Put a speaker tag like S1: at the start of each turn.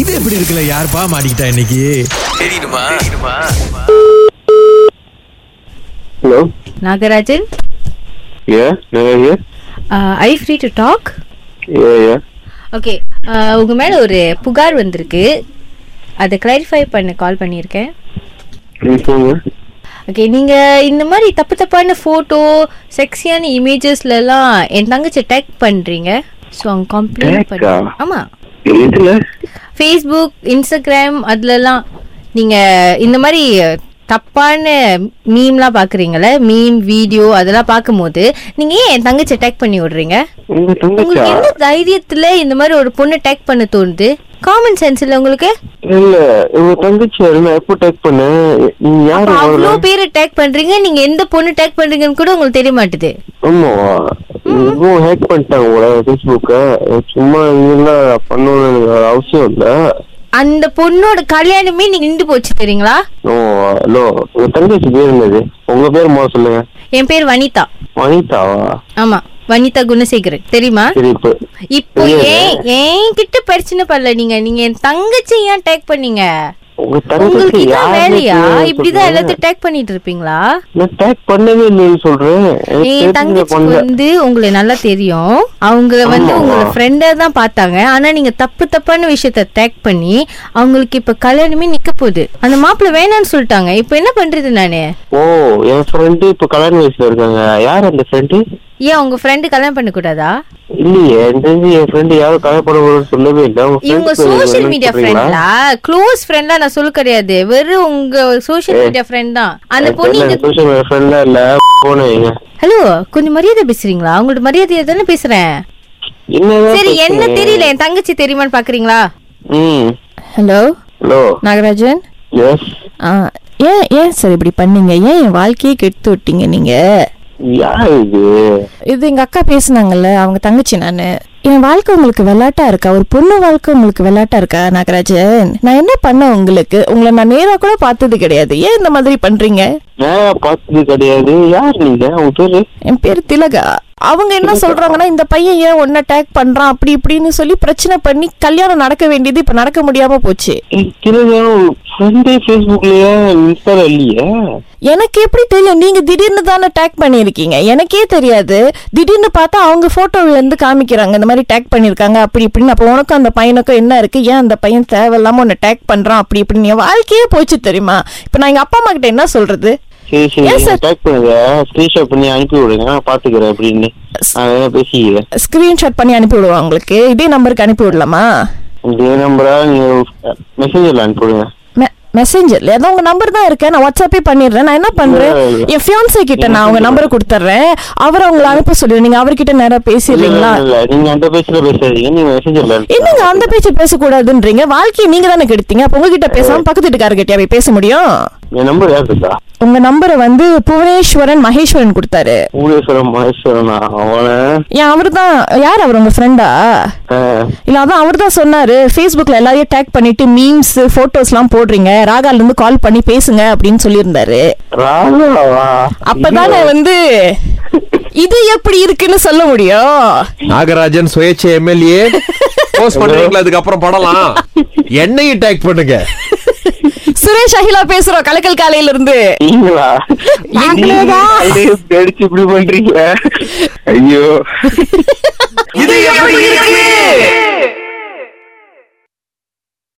S1: இது எப்படி இருக்குல்ல யாருப்பா மாட்டிக்கிட்டா இன்னைக்கு
S2: ஹலோ
S3: நாகராஜன்
S2: ஏ நான் here
S3: I free to talk
S2: ஏ ஏ
S3: ஓகே உங்க மேல ஒரு புகார் வந்திருக்கு அதை கிளாரிஃபை பண்ண கால் பண்ணியிருக்கேன்
S2: நீங்கள் போங்க
S3: ஓகே நீங்க இந்த மாதிரி தப்பு தப்பான ஃபோட்டோ செக்ஸியான இமேஜஸ்லலாம் என் தங்கச்சி டேக் பண்றீங்க ஸோ அவங்க கம்ப்ளைண்ட்
S2: Tag-ஆ?
S3: பண்ணி ஆமா
S2: எதுல
S3: ஃபேஸ்புக் இன்ஸ்டாகிராம் அதுலலாம் நீங்க இந்த மாதிரி தப்பான மீம்லாம் பார்க்குறீங்களே மீம் வீடியோ அதெல்லாம் பார்க்கும்போது நீங்க ஏன் என் தங்கச்சி டேக் பண்ணி விடுறீங்க
S2: உங்க தங்கச்சா
S3: உங்களுக்கு என்ன தைரியத்துல இந்த மாதிரி ஒரு பொண்ணு டேக் பண்ண தோணுது காமன் சென்ஸ் இல்ல உங்களுக்கு
S2: இல்ல உங்க தங்கச்சி நான் எப்போ டேக் பண்ணேன் நீங்க யாரு
S3: அவ்வளோ
S2: அவள?
S3: பேரை டேக் பண்றீங்க நீங்க எந்த பொண்ணு டேக் பண்றீங்கன்னு கூட உங்களுக்கு தெரிய மாட்டுது
S2: ஆமாவா இப்போ ஹேக் பண்ணிட்டாங்க உங்கள ஃபேஸ்புக்கை சும்மா இதெல்லாம் பண்ணணும்னு எனக்கு அவசியம் இல்ல
S3: அந்த பொண்ணோட கல்யாணமே நீங்க நின்று போச்சு தெரியுங்களா
S2: ஓ ஹலோ உங்க தங்கச்சி பேர் என்னது உங்க பேர் மோ சொல்லுங்க
S3: என் பேர் வனிதா
S2: வனிதாவா
S3: ஆமா வனிதா குணசேகரன் தெரியுமா
S2: சரி இப்போ
S3: இப்போ
S2: தெரியாது.
S3: ஏன் ஏன் கிட்ட பிரச்சனை பண்ணல நீங்க நீங்க என் தங்கச்சி ஏன் டேக் பண்ணீங்க
S2: உங்க
S3: உங்களுக்கு
S2: தங்கச்சி
S3: இதான்
S2: யாருன்னு
S3: வேலையா
S2: தெரியாது
S3: இப்படிதான்
S2: சொல்றேன்.
S3: எல்லாத்தையும் டேக் பண்ணிட்டு இருப்பீங்களா
S2: நான் டேக் பண்ணவே இல்லைன்னு சொல்றேன் எனக்கு
S3: என்
S2: தெரிஞ்சு நான்
S3: தங்கச்சிக்கு
S2: பண்ணல.
S3: வந்து உங்களை நல்லா தெரியும் அவங்க வந்து
S2: ஆமாவா?
S3: உங்களை ஃப்ரெண்டா தான் பார்த்தாங்க ஆனா நீங்க தப்பு தப்பான விஷயத்த டேக் பண்ணி அவங்களுக்கு இப்ப கல்யாணமே நிக்க போகுது அந்த மாப்பிள்ளை வேணாம்னு சொல்லிட்டாங்க இப்ப என்ன பண்றது நானு
S2: ஓ என் ஃப்ரெண்டு இப்ப கல்யாண வயசுல இருக்காங்க யார் அந்த ஃப்ரெண்டு
S3: ஏன் உங்க ஃப்ரெண்டு கல்யாணம் பண்ண கூடாதா
S2: இல்லையே எனக்கு தெரிஞ்சு என் ஃப்ரெண்டு யாரும் கல்யாணம் பண்ண போறேன்னு சொல்லவே இல்லை உங்க
S3: இவங்க
S2: friend பேரு
S3: சோஷியல்
S2: என்னன்னு
S3: மீடியா
S2: சொல்றீங்களா?
S3: ஃப்ரெண்டா க்ளோஸ் ஃப்ரெண்டா நான் சொல்ல கிடையாது வெறும் உங்க சோஷியல்
S2: ஏய்.
S3: மீடியா ஃப்ரெண்ட் தான் அந்த
S2: எனக்கு
S3: பொண்ணு
S2: தெரியல,
S3: இங்க
S2: எனக்கு social media friend எல்லாம் இல்ல போனே
S3: ஹலோ கொஞ்சம் மரியாதை பேசுறீங்களா உங்களோட மரியாதையா தானே பேசுறேன்
S2: என்னதான்
S3: சரி
S2: பிரச்சனை?
S3: என்ன தெரியல என் தங்கச்சி தெரியுமான்னு பாக்குறீங்களா
S2: ம்
S4: ஹலோ
S2: ஹலோ
S4: நாகராஜன்
S2: எஸ்
S4: ஆ, ஏன் ஏன் சார் இப்படி பண்ணீங்க ஏன் என் வாழ்க்கையே கெடுத்து விட்டீங்க நீங்க
S2: யார் இது
S4: இது எங்க அக்கா பேசுனாங்கல்ல அவங்க தங்கச்சி நானு என் வாழ்க்கை உங்களுக்கு விளையாட்டா இருக்கா ஒரு பொண்ணு வாழ்க்கை உங்களுக்கு விளையாட்டா இருக்கா நாகராஜன் நான் என்ன பண்ண உங்களுக்கு உங்களை நான் நேரா கூட பார்த்தது கிடையாது ஏன் இந்த மாதிரி பண்றீங்க
S2: நான் பார்த்தது கிடையாது யார் நீங்க உங்க பேரு
S4: என் பேர் திலகா அவங்க என்ன சொல்றாங்கன்னா இந்த பையன் ஏன் ஒன்ன டேக் பண்றான் அப்படி இப்படின்னு சொல்லி பிரச்சனை பண்ணி கல்யாணம் நடக்க வேண்டியது இப்ப நடக்க முடியாம போச்சு
S2: கிருதா ஃப்ரெண்டே ஃபேஸ்புக்லயே இன்ஸ்டால இல்லையே
S4: எனக்கு எப்படி தெரியும் நீங்க திடீர்னு தானே டேக் பண்ணியிருக்கீங்க எனக்கே தெரியாது திடீர்னு பார்த்தா அவங்க போட்டோ வந்து காமிக்கிறாங்க இந்த மாதிரி டேக் பண்ணியிருக்காங்க அப்படி இப்படின்னு அப்போ உனக்கும் அந்த பையனுக்கும் என்ன இருக்கு ஏன் அந்த பையன் தேவையில்லாம உன்னை டேக் பண்றான் அப்படி இப்படின்னு என் வாழ்க்கையே போச்சு தெரியுமா இப்போ நான் எங்க அப்பா அம்மா கிட்ட என்ன சொல்றது
S2: சரி சரி
S4: Yes, sir.
S2: டேக் பண்ணுங்க ஸ்கிரீன்ஷாட் பண்ணி அனுப்பி விடுங்க நான் பாத்துக்கிறேன் அப்படின்னு நான் வேணா பேசிக்கிறேன்
S4: ஸ்கிரீன்ஷாட் பண்ணி அனுப்பி விடுவா உங்களுக்கு இதே நம்பருக்கு அனுப்பி விடலாமா
S2: இதே நம்பரா நீங்க மெசேஜர்ல அனுப்பிவிடுங்க
S4: மெசேஞ்சர்ல ஏதோ உங்க நம்பர் தான் இருக்கு நான் வாட்ஸ்அப்பே பண்ணிடுறேன் நான் என்ன பண்றேன்
S2: இல்ல, இல்ல.
S4: என் ஃபியான்சே கிட்ட நான் அவங்க நம்பரை கொடுத்துட்றேன் அவர் அவங்களை அனுப்ப சொல்லிடுறேன் நீங்க அவர்கிட்ட நேரா
S2: இல்ல, இல்ல,
S4: பேசிடுறீங்களா
S2: இல்ல, நீங்க அந்த பேச்சுல பேசாதீங்க நீங்க மெசேஜர்ல
S4: என்னங்க அந்த பேச்சு பேசக்கூடாதுன்றீங்க வாழ்க்கையை நீங்க தானே கெடுத்தீங்க அப்ப உங்ககிட்ட பேசாம பக்கத்து வீட்டுக்காரர்கிட்டயா போய் பேச முடியும்
S2: என் நம்பர் யார் இருக்கா
S4: உங்க நம்பரை வந்து புவனேஸ்வரன் மகேஸ்வரன் கொடுத்தாரு
S2: ஊரேஸ்வரம் மகேஸ்வரனா அவனை
S4: ஏன் அவர்தான் யார் அவர் உங்க ஃப்ரெண்டா
S2: ஆஹ்,
S4: இல்ல அதான் அவர் தான் சொன்னாரு ஃபேஸ்புக்ல எல்லாரையும் டேக் பண்ணிட்டு மீம்ஸ் போட்டோஸ் எல்லாம் போடுறீங்க ராகால இருந்து கால் பண்ணி பேசுங்க அப்படின்னு சொல்லியிருந்தாரு
S2: ராதாவா
S4: அப்பதானே வந்து இது எப்படி இருக்குன்னு சொல்ல முடியும்
S1: நாகராஜன் சுயேட்சை எம்எல்ஏ போஸ்ட் பண்றீங்களா அதுக்கப்புறம் படலாம் என்னையும் டேக் பண்ணுங்க
S4: சுரேஷ் அகிலா பேசுறோம் கலக்கல் காலையில இருந்து
S2: நீங்களா
S4: நாங்களேதான்.
S2: ஐயோ, கடிச்சு இப்படி பண்றீங்க ஐயோ
S1: இது எப்படி இருக்கு